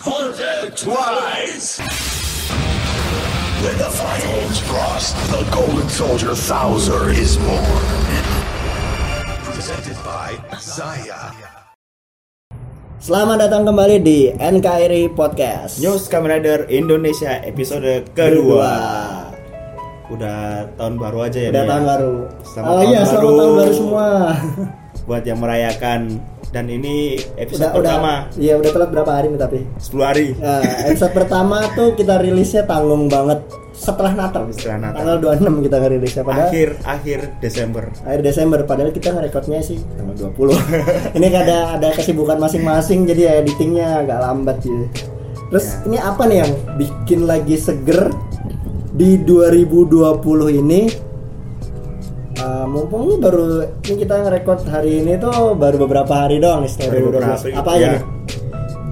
Project Rise! When the finals cross, the Golden Soldier Thouser is born. Presented by Zaya. Selamat datang kembali di NKRI Podcast. News Kamen Rider Indonesia episode kedua. Udah tahun baru aja ya. Udah Mi, tahun ya? baru. Selamat oh tahun iya, selamat baru. tahun baru semua. Buat yang merayakan dan ini episode udah pertama udah. Iya, udah telat berapa hari nih tapi. 10 hari. Nah, episode pertama tuh kita rilisnya tanggung banget setelah Natal. Setelah Natal. Tanggal 26 kita ngerilisnya padahal Akhir akhir Desember. akhir Desember padahal kita ngerekodnya sih tanggal 20. ini ada ada kesibukan masing-masing jadi ya editingnya agak lambat gitu. Terus Ya. ini apa nih yang bikin lagi seger di 2020 ini? Eh, mumpung ini baru ini kita ngerekod hari ini tuh baru beberapa hari doang nih setelah Baru 2012. beberapa- Apa ya. aja nih?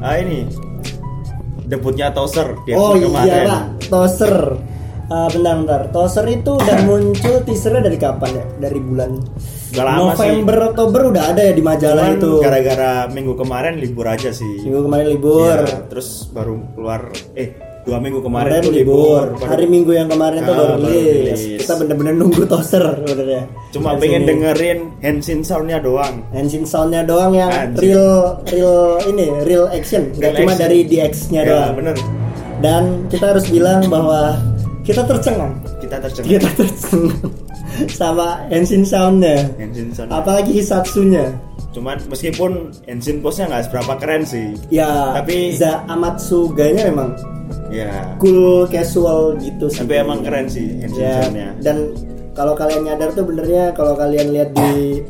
Ah ini debutnya Toser di Oh episode iya kemarin. pak, Toser. Eh bentar bentar, Toser itu udah muncul teasernya dari kapan ya? Dari bulan Udah lama sih. November Oktober udah ada ya di majalah Cuman itu. gara-gara minggu kemarin libur aja sih. Minggu kemarin libur. Iya, terus baru keluar eh dua minggu Kemarin kemarin tuh libur. Baru- Hari Minggu yang kemarin itu Ah, baru baru rilis. rilis. Kita bener-bener nunggu toser sebenarnya. Cuma Dari pengen sini. dengerin Henshin soundnya doang. Engine soundnya doang yang Anjing. real real ini real action, nggak Real cuma action. dari DX-nya Ya, Iya, doang. bener. Dan kita harus bilang bahwa kita tercengang, Kita tercengang. kita tercengang sama engine soundnya, Engine sound. apalagi Hisatsunya. Cuman meskipun engine postnya nggak seberapa keren sih. Ya, Tapi- Za Amatsuganya memang Ya. cool casual gitu sih. Tapi emang keren sih engine ya soundnya. dan kalau kalian nyadar tuh benernya kalau kalian lihat di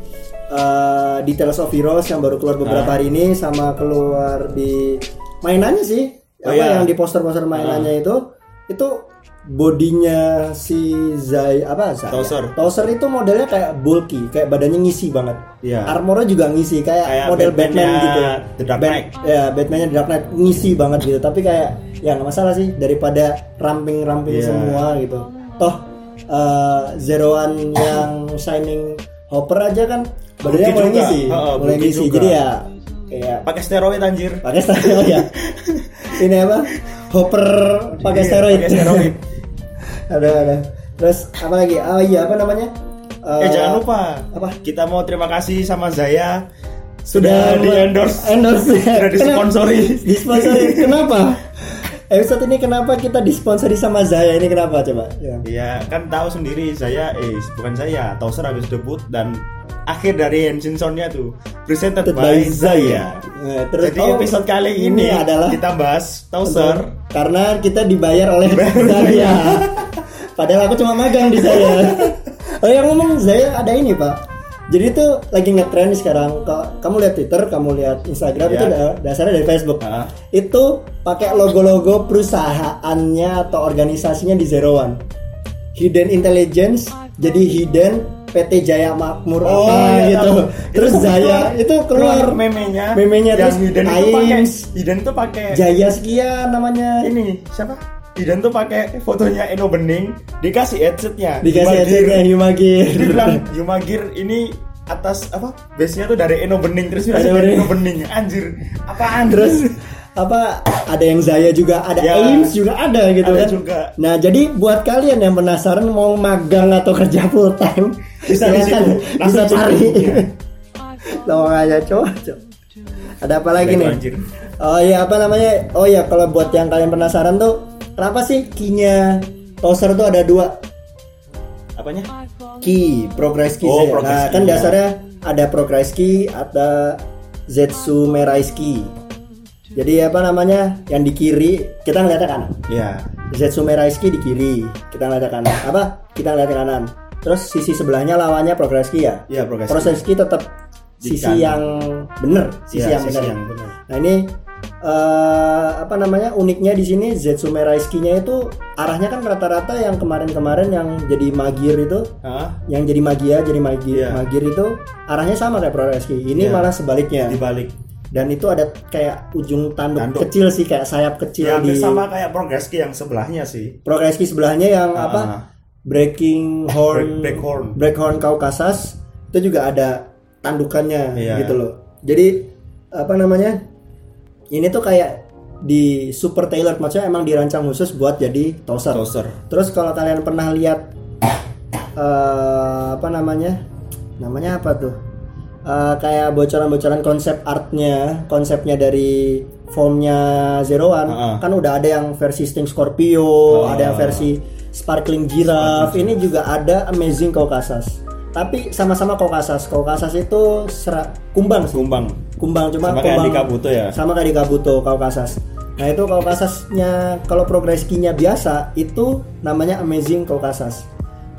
eh, Details of Heroes yang baru keluar beberapa Ah. hari ini sama keluar di mainannya sih Oh, apa iya. yang di poster-poster mainannya itu itu bodinya si Zai apa Zai Tauser. Tauser itu modelnya kayak bulky kayak badannya ngisi banget Iya. armornya juga ngisi kayak, Kayak model Batman Batman-nya gitu The Dark Bat- Knight. ya Batmannya The Dark Knight ngisi banget gitu tapi kayak ya nggak masalah sih daripada ramping-ramping Iya. semua gitu toh eh, Zero One yang Shining Hopper aja kan badannya Bulky mulai juga. ngisi Heeh, mulai bulky ngisi juga. jadi ya kayak Pakai steroid anjir. pakai steroid ya ini apa Hopper pakai Iya, steroid pakai steroid. ada ada terus apa lagi oh iya apa namanya eh jangan lupa. apa? Kita mau terima kasih sama Zaya sudah sudah di endorse. endorse Sudah disponsori. Kenapa- disponsori kenapa episode ini kenapa kita disponsori sama Zaya ini kenapa coba ya. Iya, kan tahu sendiri saya eh bukan saya, Tauser habis debut dan akhir dari engine soundnya tuh presented Presented by by Zaya. Zaya. Eh, terus- Jadi oh, episode kali ini ini, adalah- kita bahas Tauser. karena kita dibayar oleh Zaya padahal aku cuma magang di Zaya oh yang ngomong Zaya ada ini pak jadi itu lagi ngetrend nih sekarang Ka- kamu lihat Twitter kamu lihat Instagram Iya. itu da- dasarnya dari Facebook Ah. itu pakai logo-logo perusahaannya atau organisasinya di Zero One Hidden Intelligence jadi Hidden PT Jaya Makmur Oh, apa iya, gitu tahu. terus Itu Zaya kebetulan itu keluar, memenya. memenya yang terus Hidden itu pakai Aims. Hidden tuh pakai Jaya sekian namanya ini siapa? Hidden tuh pakai fotonya Eno Bening dikasih headsetnya. dikasih headsetnya Himagir Dia bilang Yumagir ini atas apa? Base-nya tuh dari Eno Bening terus Eno dikasih dari Bening. Eno Bening. Anjir, apaan terus apa ada yang Zaya juga ada Ya. Aims juga ada gitu Ada kan juga. nah jadi buat kalian yang penasaran mau magang atau kerja full time Bisa silakan, di situ. bisa Langsung situ. cari Iya. lowong aja cowok cowok. ada apa lagi Bego, nih anjir. oh iya apa namanya oh iya kalau buat yang kalian penasaran tuh kenapa sih kinya Toser tuh ada dua Apanya? Ki, progress ki. Oh, saya. progress nah, ki, kan ya. dasarnya ada progress ki, ada Zetsu Meraiski. Jadi apa namanya? Yang di kiri kita ngeliat ke kanan. Ya. Zetsu Meraiski di kiri, kita ngeliat ke kanan. Apa? Kita ngeliat ke kanan. Terus sisi sebelahnya lawannya progress ki ya. Iya, progress ki. progress ki tetap Di sisi kanan. yang bener, sisi yang Iya, sisi bener. yang bener. Nah, ini eh, apa namanya uniknya di sini Zetsu Meraiski-nya itu arahnya kan rata-rata yang kemarin-kemarin yang jadi magir itu Hah? yang jadi magia jadi magi Iya. magir itu arahnya sama kayak Pro Reski. ini Iya. malah sebaliknya Dibalik. dan itu ada kayak ujung tanduk, Tanduk. kecil sih kayak sayap kecil Iya, Ya, di hampir sama kayak Progress Key yang sebelahnya sih. Pro Reski sebelahnya yang Ah. apa breaking horn Break- Breakhorn. Breakhorn Caucasus itu juga ada tandukannya Iya. gitu loh jadi apa namanya ini tuh kayak di super tailored maksudnya emang dirancang khusus buat jadi toaster. Toaster. Terus kalau kalian pernah lihat eh apa namanya? Namanya apa tuh? Eh, kayak bocoran-bocoran konsep artnya, konsepnya dari formnya Zero One, Heeh. kan udah ada yang versi Sting Scorpio, Oh. ada yang versi Ah. Sparkling Giraffe, ini juga ada Amazing Caucasus. Tapi sama-sama Caucasus. Caucasus itu sera- kumbang sih. Kumbang. Kumbang cuma Sama kayak kumbang- di Kabuto ya? Sama kayak di Kabuto Kaukasas. Nah, itu Kaukasasnya kalau progress key-nya biasa itu namanya Amazing Kaukasas.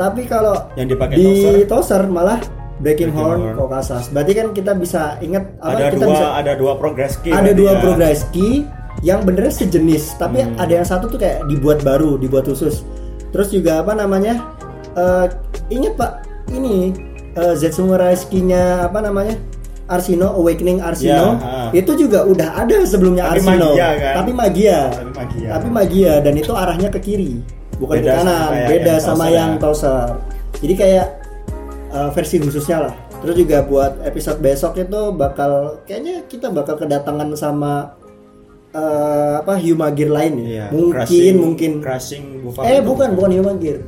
Tapi kalau Yang dipakai di toaster? toaster malah Breaking Breaking Horn Horn. Kaukasas. Berarti kan kita bisa ingat apa ada kita dua bisa ada dua progress key. ada berarti dua ya. Hmm. progress key yang benernya sejenis, tapi ada yang satu tuh kayak dibuat baru, dibuat khusus. Terus juga apa namanya? eh ingat Pak, ini eh, Zetsumura nya apa namanya? Arsino Awakening Arsino. Ya, ah. Itu juga udah ada sebelumnya Tapi Arsino. magia, kan? Tapi magia. Tapi magia. Tapi magia dan itu arahnya ke kiri, bukan Beda ke sama kanan. kayak Beda yang sama Tosa, yang ya. Tosa. Jadi kayak uh, versi khususnya lah. Terus juga buat episode besok itu bakal kayaknya kita bakal kedatangan sama uh, apa Huma Gear lain ya. Iya, mungkin crushing- mungkin. crushing bukan. Eh bukan bukan Huma Gear.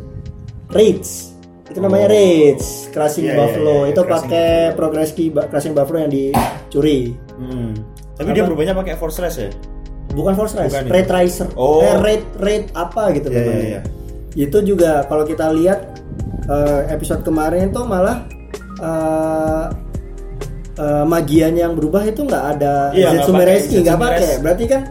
Raids. Itu namanya Oh. Raids, Crashing Iya, iya, Buffalo. iya, itu Crashing pakai Buffalo. progress key ba- Crashing Buffalo yang dicuri. Hmm. Tapi dia Apa? berubahnya pakai forceless ya? Bukan Force Rise, Bukan itu. Raid Riser. Oh. Eh, Raid Raid apa gitu Iya, namanya. iya, iya. Itu juga kalau kita lihat eh, episode kemarin itu malah eh eh, magianya yang berubah itu nggak ada Iya, nggak Zetsume pakai Reski nggak Zetsume pakai. Reski. Berarti kan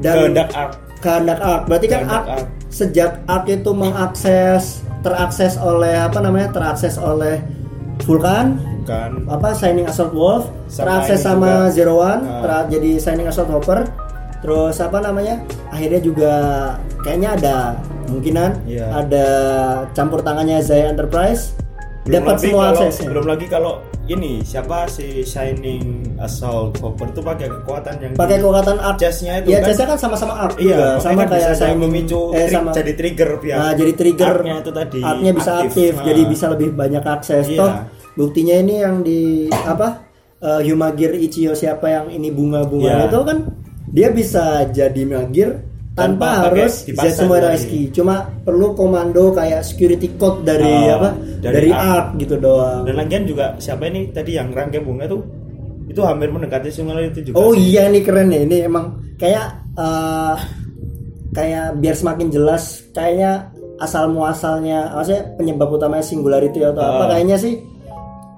dan Kehendak Eh, arc. kehendak arc. Berarti kan Kehendak arc, arc. sejak arc itu mengakses terakses oleh apa namanya? terakses oleh Vulkan Bukan. apa signing Assault Wolf Sama terakses ini sama juga. Zero One Ah. tera- jadi signing Assault Hopper terus apa namanya akhirnya juga kayaknya ada kemungkinan Iya. ada campur tangannya Zaya Enterprise Belum dapat lagi semua kalau- aksesnya Belum lagi kalau ini siapa si Shining Assault Hopper tuh pakai kekuatan yang pakai di- kekuatan art Chess-nya itu ya kan- chess-nya kan sama-sama art Iya, juga. makanya sama kan kayak bisa signing memicu eh, trik- sama jadi trigger biar Nah, jadi trigger arc-nya itu tadi artnya bisa aktif, Nah, jadi bisa lebih banyak akses Iya. toh buktinya ini yang di apa eh, Humagir Ichiyo siapa yang ini bunga-bunga Iya. itu kan dia bisa jadi magir Tanpa tanpa, pakai harus dipasang Zetsume lagi. Raisuke. cuma perlu komando kayak security code dari Oh, apa dari, dari art. gitu doang dan lagian juga siapa ini tadi yang rangkai bunga tuh itu hampir mendekati sungai itu juga oh sih. iya ini keren ya ini emang kayak eh, kayak biar semakin jelas kayaknya asal muasalnya maksudnya penyebab utamanya singularity atau apa Ah. kayaknya sih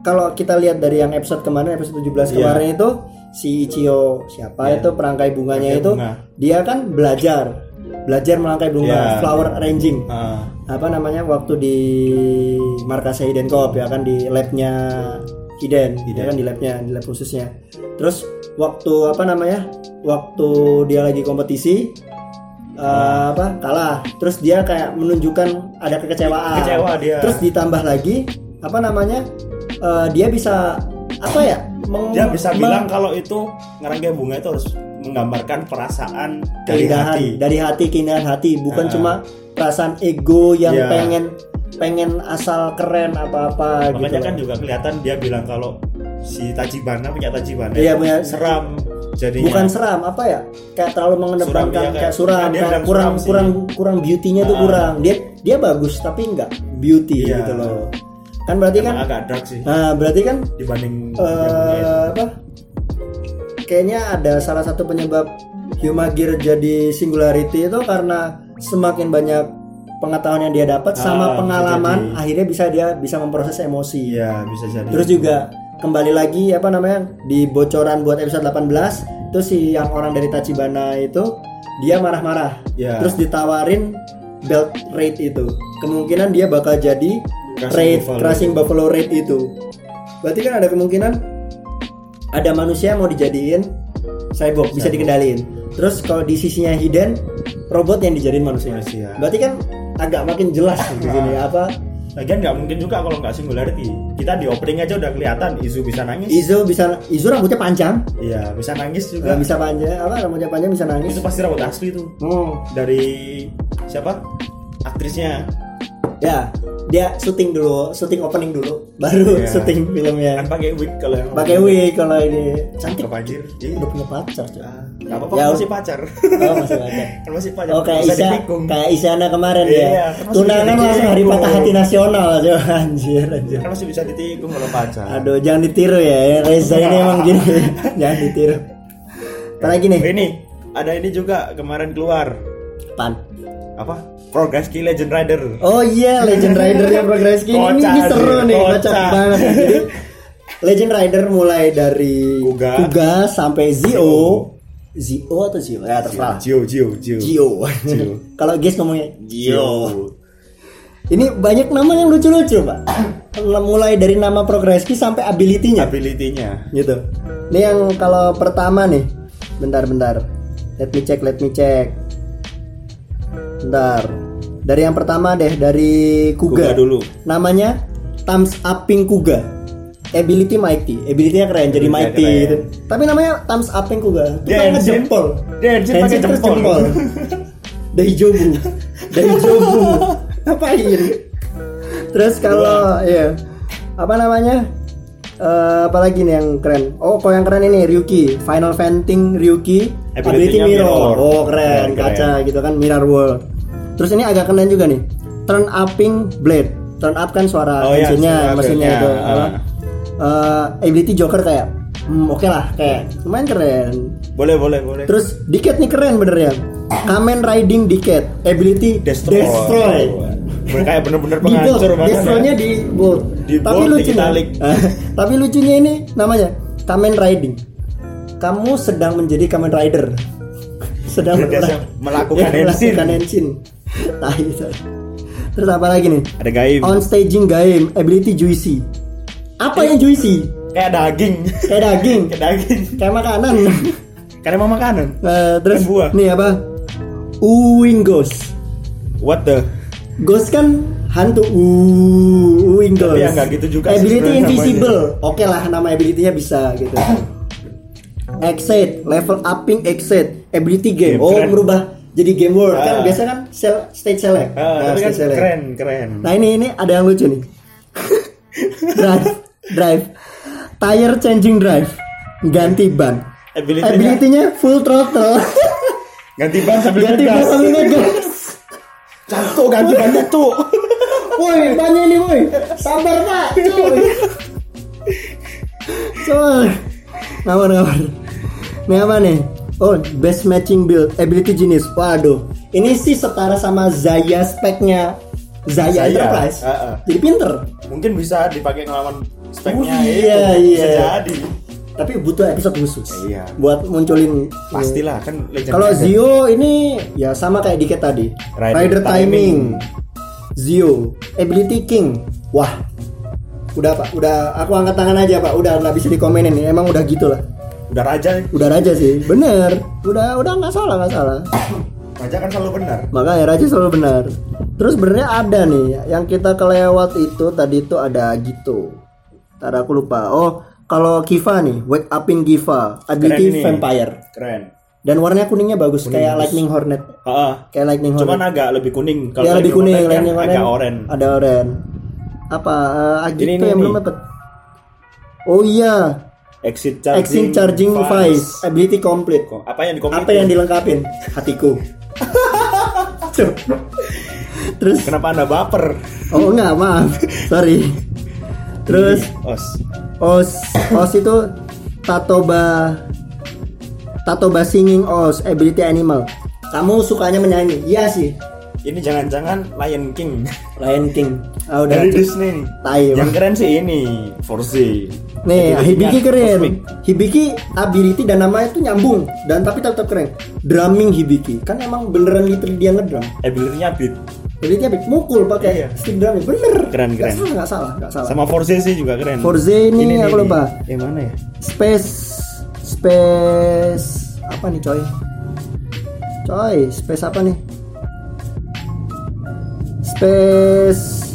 kalau kita lihat dari yang episode kemarin episode 17 Iya. kemarin itu si Ichiyo siapa itu perangkai bunganya Perangkai itu bunga. dia kan belajar belajar merangkai bunga Iya. flower arranging Ah, apa namanya waktu di markasnya Hiden Corp ya kan di labnya Hiden, ya kan di labnya di lab khususnya terus waktu apa namanya waktu dia lagi kompetisi eh, apa kalah terus dia kayak menunjukkan ada kekecewaan Kecewa dia. Ah. terus ditambah lagi apa namanya eh, dia bisa apa ya meng- dia bisa meng- bilang kalau itu ngerangkai bunga itu harus menggambarkan perasaan dari keindahan hati dari hati keindahan hati bukan Ah. cuma perasaan ego yang Iya. pengen pengen asal keren apa apa gitu makanya kan loh. juga kelihatan dia bilang kalau si Tajibana punya Tajibana Iya, itu punya- seram jadinya bukan seram apa ya kayak terlalu mengedepankan Suram, iya, kayak, kayak- suram dia kayak bilang kurang suram sih. kurang kurang beauty-nya tuh Ah. kurang dia dia bagus tapi enggak beauty Iya. gitu loh kan berarti Emang kan agak dark sih nah berarti kan dibanding yang punya itu. eh apa kayaknya ada salah satu penyebab Huma Gear jadi singularity itu karena semakin banyak pengetahuan yang dia dapat sama Ah, pengalaman jadi. akhirnya bisa dia bisa memproses emosi Iya bisa jadi. terus juga kembali lagi apa namanya di bocoran buat episode 18 itu si yang orang dari Tachibana itu dia marah-marah Ya. terus ditawarin belt rate itu kemungkinan dia bakal jadi Crushing rate Buffalo. crushing buffalo rate itu berarti kan ada kemungkinan ada manusia yang mau dijadiin cyborg bisa dikendaliin. Terus kalau di sisinya hidden robot yang dijadiin manusia. Manusia. Ah. Berarti kan agak makin jelas di sini apa Lagian nggak mungkin juga kalau nggak singularity. Kita di opening aja udah kelihatan Izu bisa nangis. Izo bisa Izo rambutnya panjang, Iya bisa nangis Nah, juga. bisa panjang apa rambutnya panjang bisa nangis. Itu pasti rambut asli tuh Hmm. dari siapa? Aktrisnya. Ya, dia syuting dulu, syuting opening dulu, baru Iya. syuting filmnya. Kan pakai wig kalau yang Pakai wig kalau ini cantik. Kepanjir. Udah punya pacar, coy. Gak apa-apa Ya, kan masih pacar. Oh, masih pacar. kan masih pacar. Oh kayak bisa Isa, dipikung. kayak Isana kemarin Iya, ya. kan masih Tunangan bisa langsung hari ditikung. patah hati nasional aja anjir anjir. Kan masih bisa ditikung kalau pacar. Iya. Aduh, jangan ditiru ya. Reza ini emang gini. jangan ditiru. Apalagi nih? Ini ada ini juga kemarin keluar Pan. apa? Progress Key Legend Rider. Oh iya, Legend Rider yang Progress King ini, Kocak, ini seru anjir, nih, kocak. kocak banget. Jadi Legend Rider mulai dari Kuga. sampai Zio. Zio atau Zio? Ya terserah. Jio Jio Jio. Zio. Zio. Kalau guys ngomongnya Zio. Ini banyak nama yang lucu-lucu, Pak. Mulai dari nama Progress King sampai ability-nya. Ability-nya. gitu ini yang kalau pertama nih bentar bentar let me check let me check bentar dari yang pertama deh dari Kuga, Kuga dulu. namanya Thumbs Upping Kuga ability mighty ability-nya keren jadi Ability-nya mighty keren. gitu tapi namanya Thumbs Upping Kuga Dia tukang Henshin. jempol Dia Henshin pakai jempol. dari jobu dari jobu ngapain terus kalau ya apa namanya Eh, apalagi nih yang keren oh kok yang keren ini Ryuki final venting Ryuki ability Ability-nya mirror. mirror. oh keren, Keren, kaca gitu kan mirror wall terus ini agak keren juga nih turn upping blade turn up kan suara Oh iya, mesinnya suara mesinnya blade-nya, itu ah. apa? Eh, ability joker kayak hmm, oke lah kayak lumayan keren Boleh boleh boleh. Terus Diket nih keren bener ya. Kamen Riding Diket ability Destroy. Destroy. Ber- Kayak bener-bener Di bolt, penghancur banget. ya. Destroy-nya di bolt. Di Tapi bolt, lucunya. digitalik. tapi lucunya ini namanya Kamen Riding. Kamu sedang menjadi Kamen Rider. sedang Dia melakukan- melakukan Iya, Henshin. melakukan Henshin. Tai, tai. Terus apa lagi nih? Ada gaib. On staging game ability juicy. Apa yang juicy? Kayak daging. Kayak daging, Kayak daging. kayak makanan. Karena mau makanan. Eh, terus Dan buah. nih apa? Uwing Ghost. What the? Ghost kan hantu. Uh, Uwing Ghost. Tapi ya nggak gitu juga sih Ability sebenarnya invisible. Oke lah nama ability-nya bisa gitu. Exit, level upping exit, ability game. Game, oh, keren. berubah jadi game world kan Ah. biasa kan sel- stage select. Nah, Ah, tapi kan stage select. keren keren. Nah, ini ini ada yang lucu nih. drive, drive. Tire changing drive. Ganti ban. Ability-nya- Ability-nya full throttle. Ganti ban sambil ganti ban ngegas. sambil ngegas Jatuh ganti ban jatuh. woi banyak ini woi sabar pak cuy cuy ngawur ngawur ini apa nih oh best matching build ability jenis waduh ini sih setara sama Zaya speknya Zaya, Zaya, Enterprise uh-uh. jadi pinter Mungkin bisa dipakai ngelawan speknya Oh, itu. iya, Bisa iya. jadi. tapi butuh episode khusus Iya. buat munculin Pastilah kan legend. Kalau legend. Zio ini ya sama kayak Diket tadi. Rider, Rider timing. timing. Zio, ability king. Wah. Udah Pak, udah aku angkat tangan aja Pak. Udah nggak bisa dikomenin nih. Emang udah gitu lah. udah raja, Udah raja sih. Bener. Udah udah nggak salah nggak salah. raja kan selalu benar. Makanya raja selalu benar. Terus sebenarnya ada nih yang kita kelewat itu tadi itu ada gitu. Tadi aku lupa. Oh, kalau Kiva nih, wake upin Kiva, ability ini. vampire. Keren. Dan warnanya kuningnya bagus kayak lightning hornet. Heeh. Kayak lightning hornet. Cuman agak lebih kuning ya lebih kuning lainnya Lightning Hornet kan mana? agak oranye. Ada oren. Apa eh, Agito Ini, ini, yang ini. belum dapet? Oh iya, Exit charging, Exit Charging Device, ability complete. Kok- ya? Apa yang dikomplain? Apa yang dilengkapin? Hatiku. Cuk. Terus Kenapa Anda baper? oh enggak, maaf. Sorry. Terus Os. os os itu tatoba tatoba singing os ability animal. Kamu sukanya menyanyi? Iya sih. Ini jangan-jangan Lion King Lion King. Ah udah. dari Cuk. Disney nih. Tai, yang Bang. keren sih ini, Force. Nih, Jadi Hibiki lebihnya keren. cosmic. Hibiki ability dan namanya tuh nyambung dan tapi tetap keren. Drumming Hibiki kan emang beneran gitu dia ngedrum. Ability-nya beat. Jadi dia mukul pakai Iya. stick drumming. Bener. Keren, Nggak keren. salah, nggak salah, nggak salah. Sama Force sih juga keren. Forze ini aku lupa. Yang mana ya? Space space apa nih coy? Coy, space apa nih? Space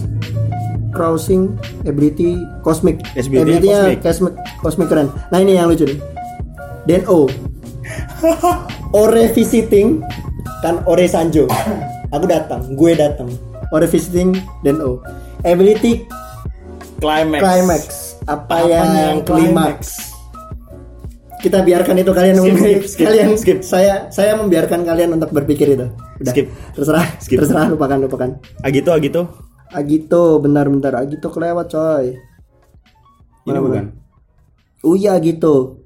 crossing ability cosmic. SBT Ability-nya cosmic. cosmic cosmic keren. Nah, ini yang lucu nih. Dan O. Ore visiting kan Ore Sanjo. Aku datang, gue datang. Ore visiting dan O. Ability Climax. climax apa Apanya yang yang klimaks kita biarkan itu kalian Skip, memilih. skip, skip, kalian skip. saya saya membiarkan kalian untuk berpikir itu. Udah. Skip. Terserah, Skip. terserah lupakan lupakan. Agito Agito Agito, bentar-bentar Agito kelewat coy. ini Mana, bukan Oh iya Agito.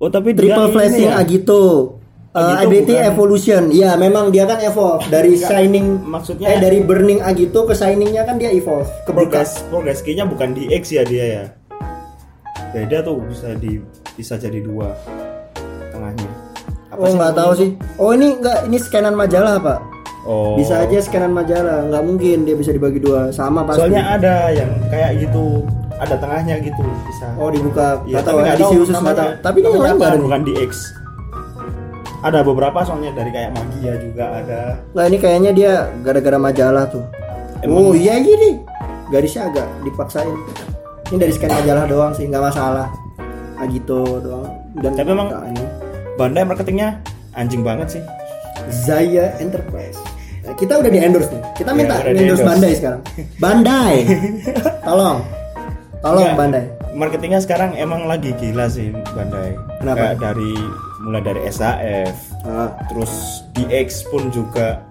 oh tapi dia Triple ini flashing ya. Agito. Uh, Agito IBT bukan. Evolution. Iya, memang dia kan evolve dari Enggak, shining maksudnya- eh dari burning Agito ke shiningnya kan dia evolve. progress progress kayaknya bukan di X ya dia ya beda tuh bisa di bisa jadi dua tengahnya Buka. Oh nggak tahu sih. Oh ini nggak ini scanan majalah pak. oh Bisa aja scanan majalah. Nggak mungkin dia bisa dibagi dua sama pasti. soalnya ada yang kayak gitu ada tengahnya gitu bisa Oh dibuka. Nggak Iya, tahu ya, edisi khusus nggak tahu. namanya. Tapi ini yang lain Namanya nggak apa, ada. bukan di X ada beberapa soalnya dari kayak magia juga ada Nggak ini kayaknya dia gara-gara majalah tuh. Emang- Oh iya gini. Garisnya agak dipaksain. Ini dari scan majalah doang sih, nggak masalah. Agito doang. Dan Tapi emang- Nah, ini. bandai marketingnya anjing banget sih Zaya Enterprise. Nah, kita udah di endorse nih. Kita Iya, minta udah endorse di-endorse. Bandai sekarang. Bandai. Tolong. Tolong Nggak, Bandai. marketingnya sekarang emang lagi gila sih bandai Kenapa? Kayak dari mulai dari SAF Nah, terus DX pun juga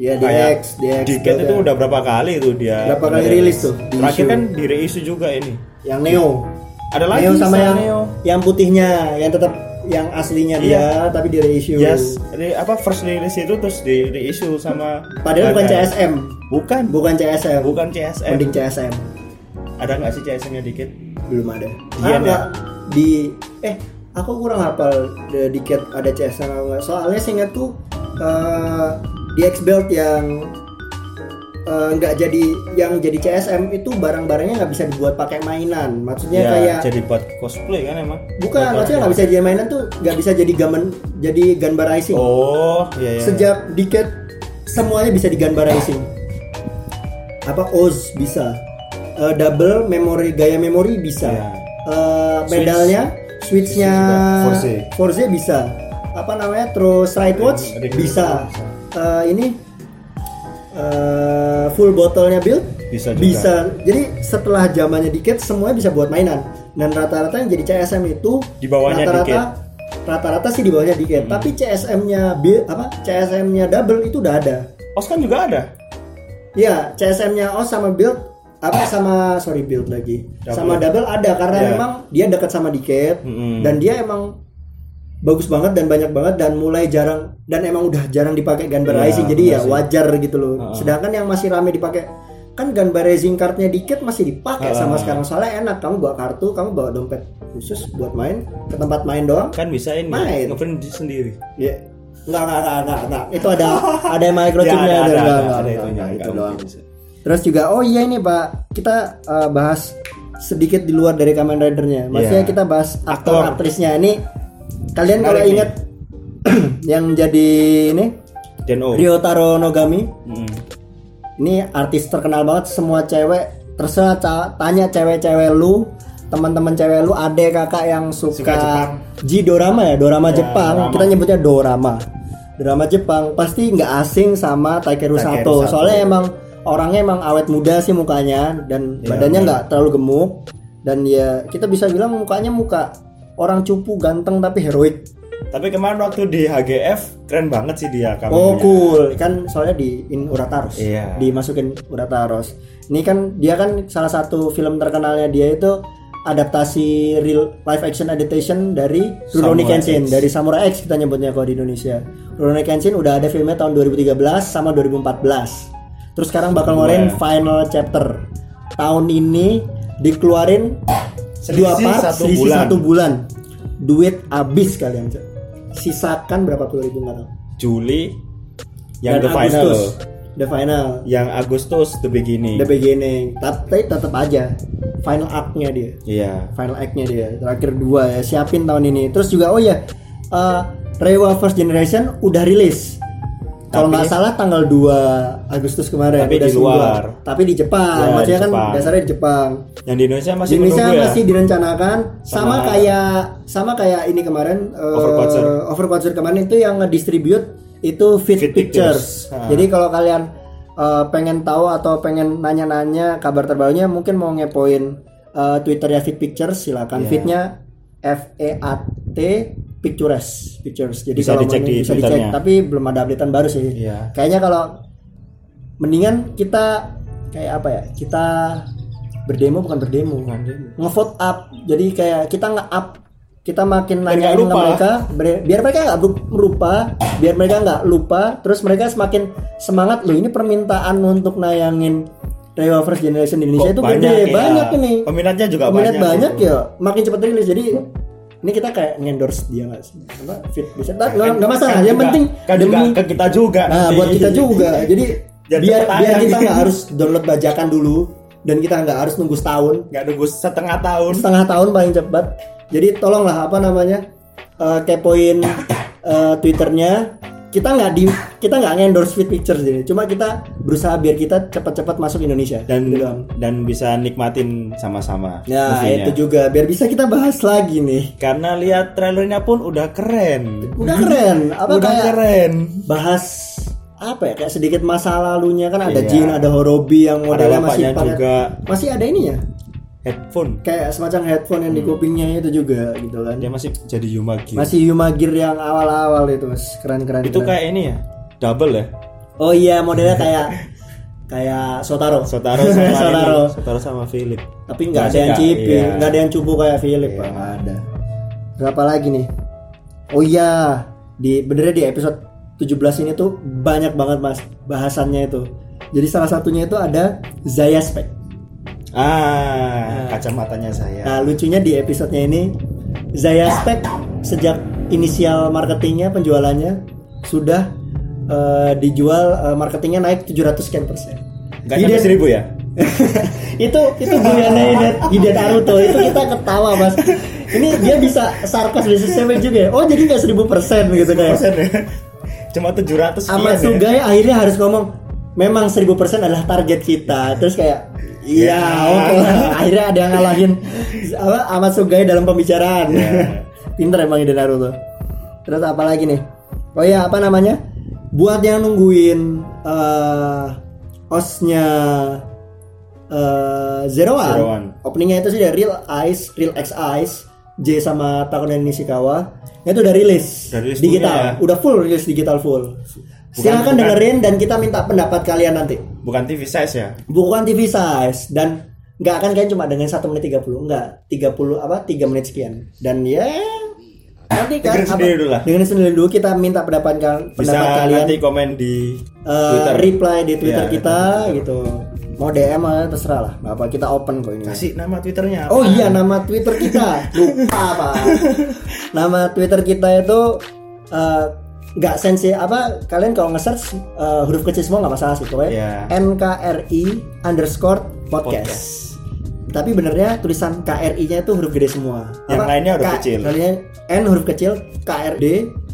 Iya DX, kayak DX. Diket juga. itu udah berapa kali tuh dia Berapa udah kali rilis. rilis tuh, di terakhir issue. kan di reissue juga ini yang Neo. ada lagi Neo sama selain yang Neo. yang putihnya, yang tetap yang aslinya Iya. dia tapi di reissue. Yes, re- apa first release itu terus di reissue sama Padahal bukan Bandai. CSM, Bukan, bu- bukan CSM. bukan CSM. Mending CSM. Ada nggak sih CSM-nya dikit? Belum ada. Iya, Ada. Nek. di eh aku kurang hafal eh, dikit ada CSM atau enggak. Soalnya seingat tuh eh, di X Belt yang eh, nggak jadi yang jadi CSM itu barang-barangnya nggak bisa dibuat pakai mainan. Maksudnya Ya, kayak Iya, Ya, jadi buat cosplay kan emang. bukan Buat maksudnya nggak orang- bisa jadi mainan tuh nggak bisa jadi gamen jadi gambarizing. Oh, iya iya. Sejak diket semuanya bisa digambarizing. Apa Oz bisa, Eh, double memori gaya memori bisa, Iya. Eh, pedalnya switchnya Switch juga. Forze bisa, apa namanya terus right watch Ring- ring- bisa, bisa. Eh, ini eh, full botolnya build Bisa juga. bisa. Jadi setelah zamannya diket semuanya bisa buat mainan dan rata-rata yang jadi CSM itu Di bawahnya Hmm. rata-rata Diket. rata-rata sih di bawahnya dikit tapi CSM-nya bi- apa CSM-nya double itu udah ada Os kan juga ada. Iya, CSM-nya OS sama build apa sama sorry build lagi Double. sama double ada karena Iya. Hmm. memang dia dekat sama dikit Mm-mm. dan dia emang bagus banget dan banyak banget dan mulai jarang dan emang udah jarang dipakai gambar Iya, racing jadi benar ya sih. wajar gitu loh Ha-ha. sedangkan yang masih rame dipakai kan gambar racing cardnya dikit masih dipakai Ha-ha. sama sekarang soalnya enak kamu bawa kartu kamu bawa dompet khusus buat main ke tempat main doang Kan bisa ini Main. ngeprint di- sendiri. Iya. Enggak, enggak, enggak, enggak, enggak. Itu ada ada yang microchipnya Ya, ada, ada, enggak, ada, enggak, ada enggak, itunya, enggak, Nah, itu enggak doang. mungkin bisa. Terus juga oh iya ini Pak, kita eh, bahas sedikit di luar dari Kamen Rider-nya. Maksudnya Iya. kita bahas aktor Aktor. aktrisnya ini kalian kalau Menarik ingat yang jadi ini Dan oh. Ryotaro Nogami, Mm. ini artis terkenal banget semua cewek terserah ca- tanya cewek-cewek lu teman-teman cewek lu adek kakak yang suka, Suka Jepang. J-dorama ya dorama Ya, Jepang dorama. kita nyebutnya dorama drama Jepang pasti nggak asing sama Takeru, Takeru Sato. Sato. soalnya emang orangnya emang awet muda sih mukanya dan Ya, badannya benar. nggak terlalu gemuk dan ya kita bisa bilang mukanya muka orang cupu ganteng tapi heroik Tapi kemarin waktu di HGF keren banget sih dia kamu. Oh cool, kan soalnya diin Urataros, Iya. dimasukin Urataros. Ini kan dia kan salah satu film terkenalnya dia itu adaptasi real live action adaptation dari Rurouni Samurai Kenshin X. dari Samurai X kita nyebutnya kalau di Indonesia. Rurouni Kenshin udah ada filmnya tahun 2013 sama 2014. Terus sekarang bakal ngeluarin Dua. final chapter. Tahun ini dikeluarin dua Selisih part satu selisih bulan. satu bulan. Duit habis kalian, Cok. Sisakan berapa puluh ribu nggak tahu Juli yang dan the final. Hmm. Agustus, the final Yang Agustus the beginning. the beginning tapi tetap aja final act-nya dia Iya. final act-nya dia terakhir dua ya siapin tahun ini terus juga oh ya eh, Rewa First Generation udah rilis kalau Tapi- nggak salah tanggal 2 Agustus kemarin Tapi udah di luar. keluar. tapi di Jepang Ya, di maksudnya kan Jepang. dasarnya di Jepang Yang di Indonesia masih di Indonesia menunggu ya. masih direncanakan sama, Sama- kayak sama kayak ini kemarin eh, Overculture. Overculture kemarin itu yang ngedistribute itu Fit, Fit Pictures. Pictures. Ha. Jadi kalau kalian eh, pengen tahu atau pengen Iya. nanya-nanya kabar terbarunya mungkin mau ngepoin eh, Twitternya Fit Pictures silakan. Fitnya F E A T Pictures Pictures jadi Bisa kalau dicek mending di bisa Twitternya. dicek tapi belum ada updatean baru sih Iya. kayaknya kalau mendingan kita kayak apa ya kita berdemo bukan berdemo Bukan demo. ngevote up jadi kayak kita nggak up kita makin Biar nanyain nggak ke lupa. mereka ber- biar mereka nggak ber- lupa biar mereka nggak lupa terus mereka semakin semangat loh ini permintaan untuk nayangin Rewa First Generation di Indonesia Kok itu gede ya? banyak ini Peminatnya juga peminat banyak. banyak gitu. ya makin cepat rilis jadi ini kita kayak ngendorse dia nggak sih apa fit bisa nggak Kan- nggak masalah kan yang juga- penting kan juga demi ke kita juga. nah nanti. buat kita juga jadi Jadi biar tertantang. biar kita nggak harus download bajakan dulu dan kita nggak harus nunggu setahun nggak nunggu setengah tahun. setengah tahun paling cepat jadi tolonglah apa namanya eh, kepoin eh, twitternya kita nggak di kita nggak ngendorse fit pictures jadi cuma kita berusaha biar kita cepat-cepat masuk Indonesia dan Gitu doang. dan bisa nikmatin sama-sama. Nah movie-nya. itu juga biar bisa kita bahas lagi nih. Karena lihat trailernya pun udah keren. Udah keren, apa Hmm. udah kayak keren. bahas apa ya kayak sedikit masa lalunya kan ada Iya. Jin, ada Horobi yang modelnya Ada masih bapaknya pakai- juga. masih ada ini ya Headphone. kayak semacam headphone yang di Hmm. kupingnya itu juga gitu kan. Dia masih jadi Yumagi. Masih Yumagir yang awal-awal itu keren-keren. Itu kayak ini ya. Double ya. Oh iya modelnya kayak kayak Sotaro. Sotaro sama Sotaro. ini. Sotaro sama Philip. Tapi nggak ada Masih yang nggak, cipil, iya. nggak ada yang cupu kayak Philip. Iya. Pak. Nggak ada. Berapa lagi nih? Oh iya, di benernya di episode 17 ini tuh banyak banget mas bahasannya itu. Jadi salah satunya itu ada Zaya Spek. Ah, kacamatanya saya. Nah lucunya di episodenya ini Zaya Spek sejak inisial marketingnya penjualannya sudah eh, dijual eh, marketingnya naik 700 persen. Gak nyampe seribu ya? itu itu guyonnya Hidet, Hidet Naruto itu kita ketawa mas ini dia bisa sarkas bisa cewek juga ya oh jadi nggak seribu persen gitu kayak Persen ya? Cuma 700 sekian Ahmad ya? Sugai akhirnya harus ngomong memang seribu persen adalah target kita terus kayak iya Ya. oke akhirnya ada yang ngalahin apa Ahmad Sugai dalam pembicaraan Ya. pinter emang Hidet Naruto terus apa lagi nih oh ya apa namanya buat yang nungguin eh, osnya eh Zero One. Zero One. Openingnya itu sih dari Real Ice, Real X Ice, J sama Takuna Nishikawa. Nah, Itu udah rilis, Udah rilis fullnya digital, ya? udah full rilis digital full. Silahkan bukan. dengerin dan kita minta pendapat kalian nanti. Bukan TV size ya? Bukan TV size dan nggak akan kalian cuma dengan 1 menit 30, enggak 30 apa 3 menit sekian. Dan ya nanti kan Dengerin apa- sendiri dulu lah. dengerin sendiri dulu kita minta pendapat, kal- Bisa pendapat kalian nanti komen di eh, Twitter reply di Twitter Iya, kita gitu. Mau DM aja terserah lah. Nggak apa kita open kok ini. Kasih nama Twitternya apa? Oh iya nama Twitter kita. Lupa apa. nama Twitter kita itu eh, nggak sensi apa kalian kalau nge-search eh, huruf kecil semua nggak masalah sih pokoknya Iya. NKRI underscore podcast. Podcast. tapi benernya tulisan KRI-nya itu huruf gede semua Yang lainnya huruf kecil. lainnya N huruf kecil KRD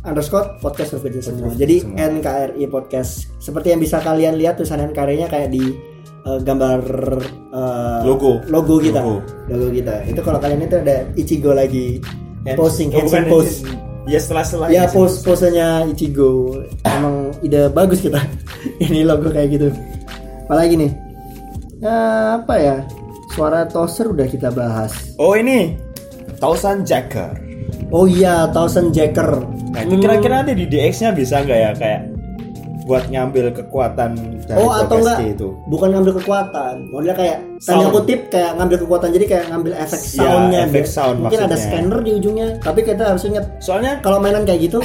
underscore podcast huruf kecil semua Huruf jadi kecil semua. NKRI podcast seperti yang bisa kalian lihat tulisan NKRI-nya kayak di eh, gambar eh, Logo. logo kita Logo. logo kita itu kalau kalian itu ada Ichigo lagi Hand- posing Oh, bukan handsome pose hand- Ya setelah setelah ya pose posenya Ichigo emang ide bagus kita ini logo kayak gitu apalagi nih ya, apa ya suara toser udah kita bahas Oh ini Tausan Jacker. oh iya Thousand Jacker Nah Hmm. itu kira-kira nanti di DX-nya bisa nggak ya kayak buat ngambil kekuatan dari oh atau Togeski enggak itu? bukan ngambil kekuatan modelnya kayak tanda Sound. kutip kayak ngambil kekuatan jadi kayak ngambil efek Ya, soundnya efek Dia- sound mungkin ada maksudnya. scanner di ujungnya tapi kita harus ingat Soalnya kalau mainan kayak gitu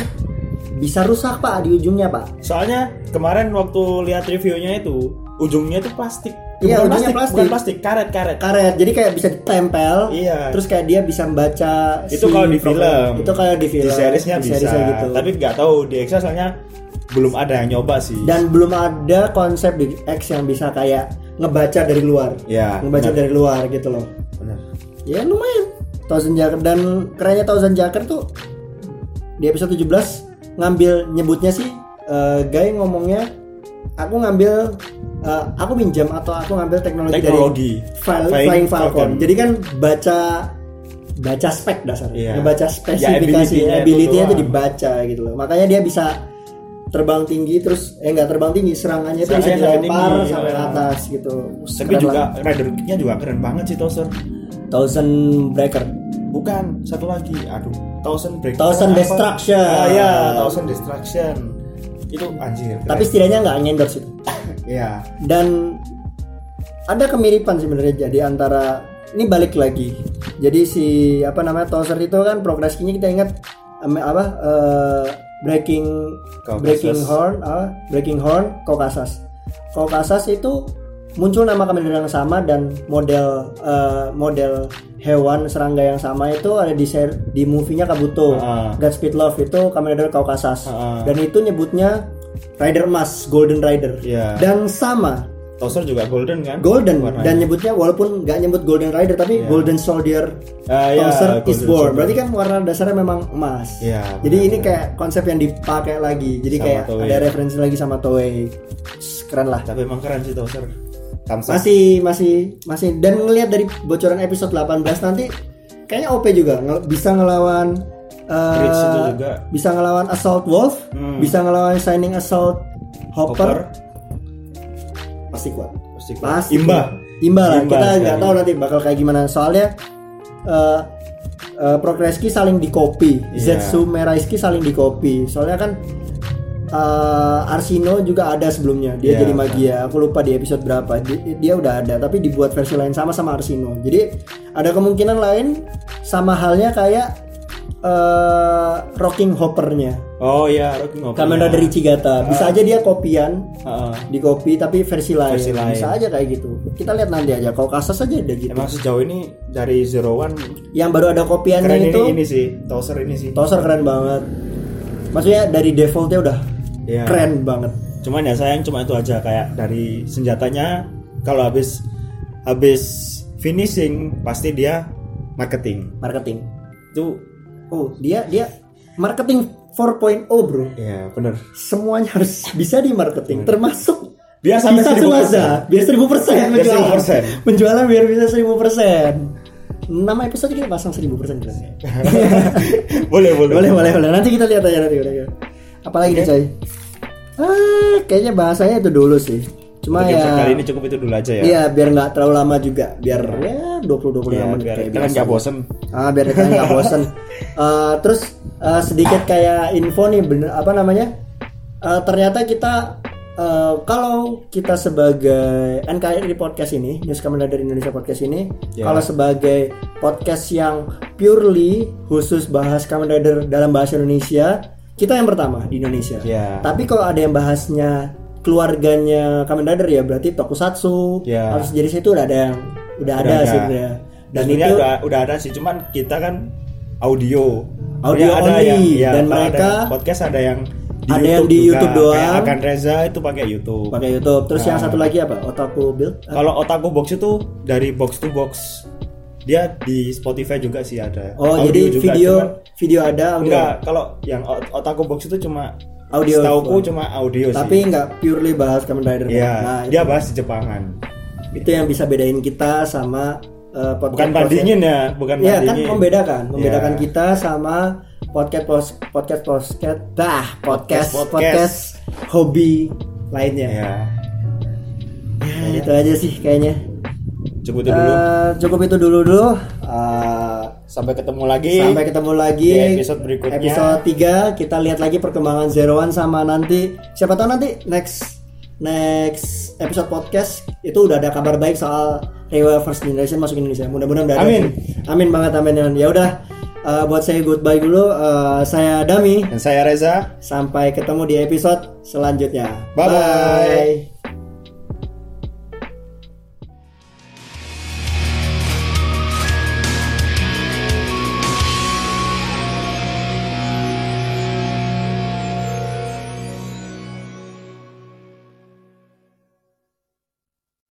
bisa rusak pak di ujungnya pak soalnya kemarin waktu lihat reviewnya itu ujungnya itu plastik. Iya, Bukan ujungnya plastik. bukan plastik, karet-karet. karet jadi kayak bisa ditempel Iya. terus kayak dia bisa membaca Itu kalau di film. itu kalau di film di seriesnya Di bisa seriesnya gitu. tapi nggak tahu di Excel soalnya belum ada yang nyoba sih dan belum ada konsep di X yang bisa kayak ngebaca dari luar Iya, ngebaca benar. dari luar gitu loh Benar. ya lumayan Thousand Jacker dan kerennya Thousand Jacker tuh di episode 17 ngambil nyebutnya sih eh, Guy ngomongnya aku ngambil eh, aku minjam atau aku ngambil teknologi, Teknologi. dari Fal- Flying, Flying Falcon. Falcon. jadi kan baca baca spek dasarnya Iya. ngebaca spesifikasi Ya, ability-nya itu ability-nya itu doang. dibaca gitu loh makanya dia bisa terbang tinggi terus eh nggak terbang tinggi serangannya itu bisa Serangannya sampai dilempar tinggi, sampai iya. atas gitu tapi Keren juga banget. rider kicknya juga keren banget sih Toser Thousand Breaker bukan satu lagi aduh thousand break Thousand apa? Destruction. ah, ya thousand destruction itu anjir keren. Tapi setidaknya nggak ngendorse itu. ya dan ada kemiripan sebenarnya jadi antara ini balik lagi jadi si apa namanya Tozer itu kan progress king kita ingat em, apa eh, breaking Caucasus. breaking horn apa? breaking horn Caucasus Caucasus itu muncul nama kemiripan yang sama dan model eh, model hewan serangga yang sama itu ada di ser- di movie-nya Kabuto Ah. Godspeed Love itu Kamen Rider Caucasus Ah. dan itu nyebutnya Rider Mas Golden Rider Iya. dan sama Toaster juga golden kan Golden Warnanya. dan nyebutnya walaupun nggak nyebut Golden Rider tapi Iya. Golden Soldier Ah, iya, Toaster is Golden Born Soldier. berarti kan warna dasarnya memang emas Iya, jadi benar, ini benar. kayak konsep yang dipakai lagi jadi Sama kayak Toei. ada referensi lagi sama Toei keren lah tapi emang keren sih toaster Thumbs up. masih masih masih dan ngelihat dari bocoran episode 18 nanti kayaknya OP juga Nge- bisa ngelawan eh, Bridge itu juga. bisa ngelawan Assault Wolf Hmm. bisa ngelawan Shining Assault Hopper. Hopper. pasti kuat Pasti kuat. pasti imba imba lah Imba kita sekali. nggak tahu nanti bakal kayak gimana soalnya eh eh, Progreski saling dikopi Iya. Zetsu Meraiski saling dikopi soalnya kan eh, Arsino juga ada sebelumnya dia Iya, jadi magia aku lupa di episode berapa Di- dia udah ada tapi dibuat versi lain sama sama Arsino jadi ada kemungkinan lain sama halnya kayak eh Rocking Hoppernya oh iya Rocky Hopper Kamen Rider Ah. Ichigata bisa aja dia kopian Heeh. di kopi tapi versi lain. Ah. Versi lain. bisa aja kayak gitu kita lihat nanti aja kalau kasus aja udah gitu emang sejauh ini dari Zero One yang baru ada kopiannya keren itu ini ini sih toaster ini sih toser keren banget maksudnya dari defaultnya udah Iya. keren banget cuman ya sayang cuma itu aja kayak dari senjatanya kalau habis habis finishing pasti dia marketing marketing itu oh dia dia marketing 4.0 bro ya bener semuanya harus bisa di marketing termasuk Biar Iya. sampai bisa 1000%. selasa biar seribu persen Biar penjualan 1000%. penjualan biar bisa seribu persen nama episode kita pasang seribu persen boleh boleh boleh boleh boleh nanti kita lihat aja nanti boleh boleh. apalagi nih coy ah kayaknya bahasanya itu dulu sih cuma Mungkin ya kali ini cukup itu dulu aja ya iya biar nggak terlalu lama juga biar ya 20 25 Ya, menit biar kayak kalian biasa. nggak bosen ah biar kalian nggak bosen Eh, terus eh, sedikit kayak info nih bener apa namanya Eh, ternyata kita eh, kalau kita sebagai NKRI podcast ini News Kamen Rider Indonesia podcast ini Ya. kalau sebagai podcast yang purely khusus bahas Kamen Rider dalam bahasa Indonesia kita yang pertama di Indonesia Ya. tapi kalau ada yang bahasnya keluarganya Kamen Rider ya berarti Tokusatsu Ya. harus jadi situ udah ada yang udah, ada, ada. sebenarnya dan Sebenarnya itu udah, udah ada sih cuman kita kan audio Audio Sebenarnya ada only. yang, ya, Dan kalau ada mereka- yang podcast ada yang di ada yang YouTube di juga. YouTube Kayak doang. Akan Reza itu pakai YouTube pakai YouTube. Terus yang satu lagi apa? Otaku Build. kalau Otaku Box itu dari box to box dia di Spotify juga sih ada Oh, Audio jadi juga, video cuman- video ada audio. enggak kalau yang Ot- Otaku Box itu cuma Audio. setauku cuma audio Tapi sih nggak purely bahas Kamen Rider. Iya, Nah, dia bahas di Jepangan itu yang bisa bedain kita sama eh, podcast. bukan bandingin ya bukan Iya, kan bandingin. membedakan, membedakan Iya. kita sama podcast pos- podcast podcast bah podcast podcast, Podcast, podcast. hobi lainnya. ya Ya, itu aja sih kayaknya. cukup itu dulu Eh, cukup itu dulu dulu. Eh, sampai ketemu lagi Sampai ketemu lagi Di episode berikutnya. Episode 3 kita lihat lagi perkembangan Zero One sama nanti siapa tahu nanti next next episode podcast itu udah ada kabar baik soal Rewa First Generation masuk Indonesia. Mudah-mudahan udah ada. Amin. Amin banget amin. amin. Ya udah eh, buat saya goodbye dulu Eh, saya Dami Ya. dan saya Reza sampai ketemu di episode selanjutnya. Bye-bye.